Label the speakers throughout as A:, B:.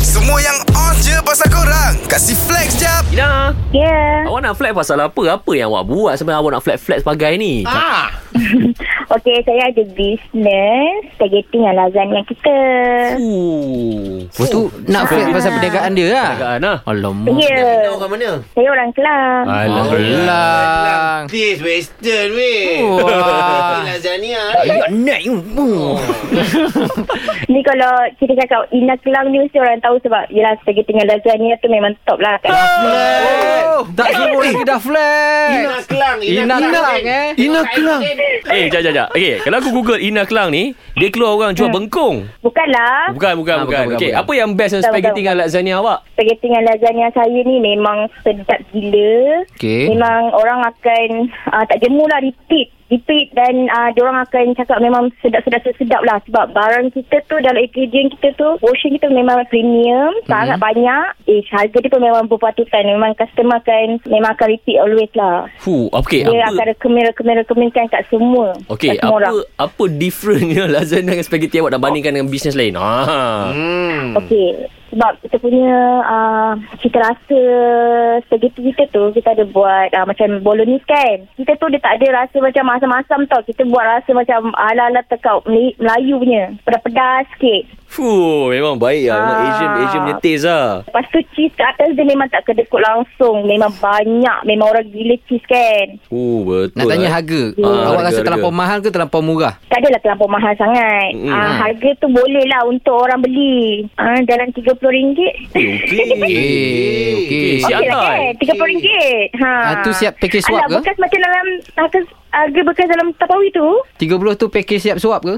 A: Semua yang on je pasal korang Kasih flex jap
B: Ina
C: Yeah.
B: Awak nak flex pasal apa? Apa yang awak buat sebenarnya awak nak flex-flex sebagai ni?
D: Ah.
C: Okey, saya ada bisnes spaghetti dengan lasagna kita.
B: Ooh.
E: Lepas tu nak flex pasal perniagaan dia lah.
B: Perniagaan lah.
E: Alamak.
C: Ya,
D: Orang mana?
C: saya orang Kelang.
E: Ha. Alang.
D: This western weh.
E: Oh, Wah.
D: Lasagna.
E: Ayat naik. Oh.
C: Ni kalau kita cakap Ina Kelang ni mesti orang tahu sebab yelah spaghetti dengan lasagna tu memang top lah kat
E: Ah! Tak semua orang dah flex.
D: Ina Kelang.
E: Ina Kelang, eh.
D: Ina Kelang.
B: Eh, jap, jap, jap. Okay, kalau aku google Ina Kelang ni, dia keluar orang jual bengkong.
C: Bukanlah
B: Bukan, bukan, bukan.
E: Ah, bukan, bukan,
B: Okay,
E: bukan.
B: apa yang best yang
C: Bukan,
B: spaghetti
C: bukan.
B: dengan lasagna awak?
C: spaghetti dengan lasagna saya ni memang sedap gila.
E: Okey.
C: Memang orang akan uh, tak jemu lah repeat. Repeat dan uh, diorang akan cakap memang sedap-sedap-sedap lah. Sebab barang kita tu dalam ingredient kita tu, portion kita memang premium.
B: Mhm.
C: Sangat banyak. Eh, harga dia pun memang berpatutan. Memang customer akan, memang akan repeat always lah.
B: Fuh, okay,
C: Dia
B: Eh,
C: akan
B: apa?
C: recommend-recommendkan kat semua.
B: Okay,
C: kat semua orang.
B: apa apa differentnya lasagna dengan spaghetti awak dah bandingkan dengan bisnes lain? Ha.
D: Hmm.
C: Okey, sebab kita punya uh, cita rasa spaghetti kita tu, kita ada buat uh, macam bolognese kan. Kita tu dia tak ada rasa macam masam-masam tau. Kita buat rasa macam ala-ala tekau Mel- Melayu punya. Pedas-pedas sikit.
B: Fuh, memang baik lah. Memang
C: Ah.
B: Asian, Asian punya taste lah.
C: Lepas tu cheese kat atas dia memang tak kedekut langsung. Memang banyak. Memang orang gila cheese kan.
B: Fuh, betul
E: Nak tanya
B: lah.
E: harga.
B: Ah,
E: Awak rasa
B: harga,
E: terlampau
B: harga.
E: mahal ke terlampau murah?
C: Tak adalah terlampau mahal sangat.
B: Mm-mm.
C: Mm, uh, harga tu boleh lah untuk orang beli. Uh, dalam RM30.
B: Eh, Okey.
E: Eh, okey.
B: Si
C: Okey lah
B: Atai.
C: kan RM30 ha.
E: Ah, tu siap package swap
C: Alah,
E: ke?
C: bekas macam dalam harga, harga bekas dalam tapawi tu
E: 30 tu package siap suap ke?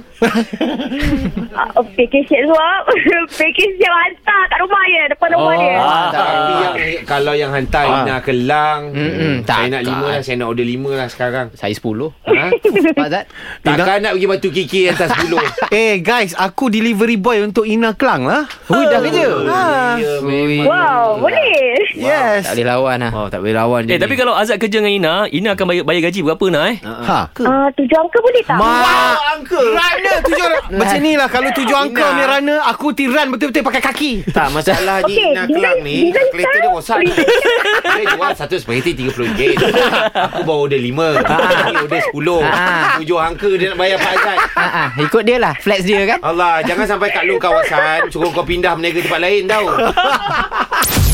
E: Hmm.
C: ah, oh, Package siap swap Package siap hantar kat rumah dia Depan rumah
B: Oh,
C: dia
B: ah.
D: Tapi yang kalau yang hantar
E: Ah.
D: Ina Kelang,
E: Mm-mm,
D: saya
E: takkan.
D: nak lima lah, saya nak order lima lah sekarang.
E: Saya 10.
D: Ha?
E: Pak Zat.
D: Takkan nak pergi batu kiki atas bulu.
F: Eh guys, aku delivery boy untuk Ina Kelang lah.
E: Hui dah kerja.
D: Ya,
E: Hui.
C: Wow boleh
E: Tak boleh lawan lah.
F: Oh, tak boleh lawan
B: Eh, tapi kalau Azad kerja dengan Ina, Ina akan bayar, bayar gaji berapa nak eh?
F: Ha.
C: Ah, tujuh angka boleh tak?
F: Ma.
D: angka.
F: Rana tujuh Macam ni lah Kalau tujuh angka ni Rana Aku tiran betul-betul pakai kaki
D: Tak masalah ni
C: Okey,
D: Ina Kelang
C: design-
D: ni
C: design
D: Kereta dia
C: style,
D: rosak ni Dia jual satu spaghetti RM30 Aku baru order lima Dia order sepuluh
E: Ah.
D: Tujuh angka dia nak bayar Pak Azad
E: Ah, ah, ikut dia lah. Flex dia kan?
D: Allah jangan sampai kat lu kawasan Suruh kau pindah berniaga tempat lain tau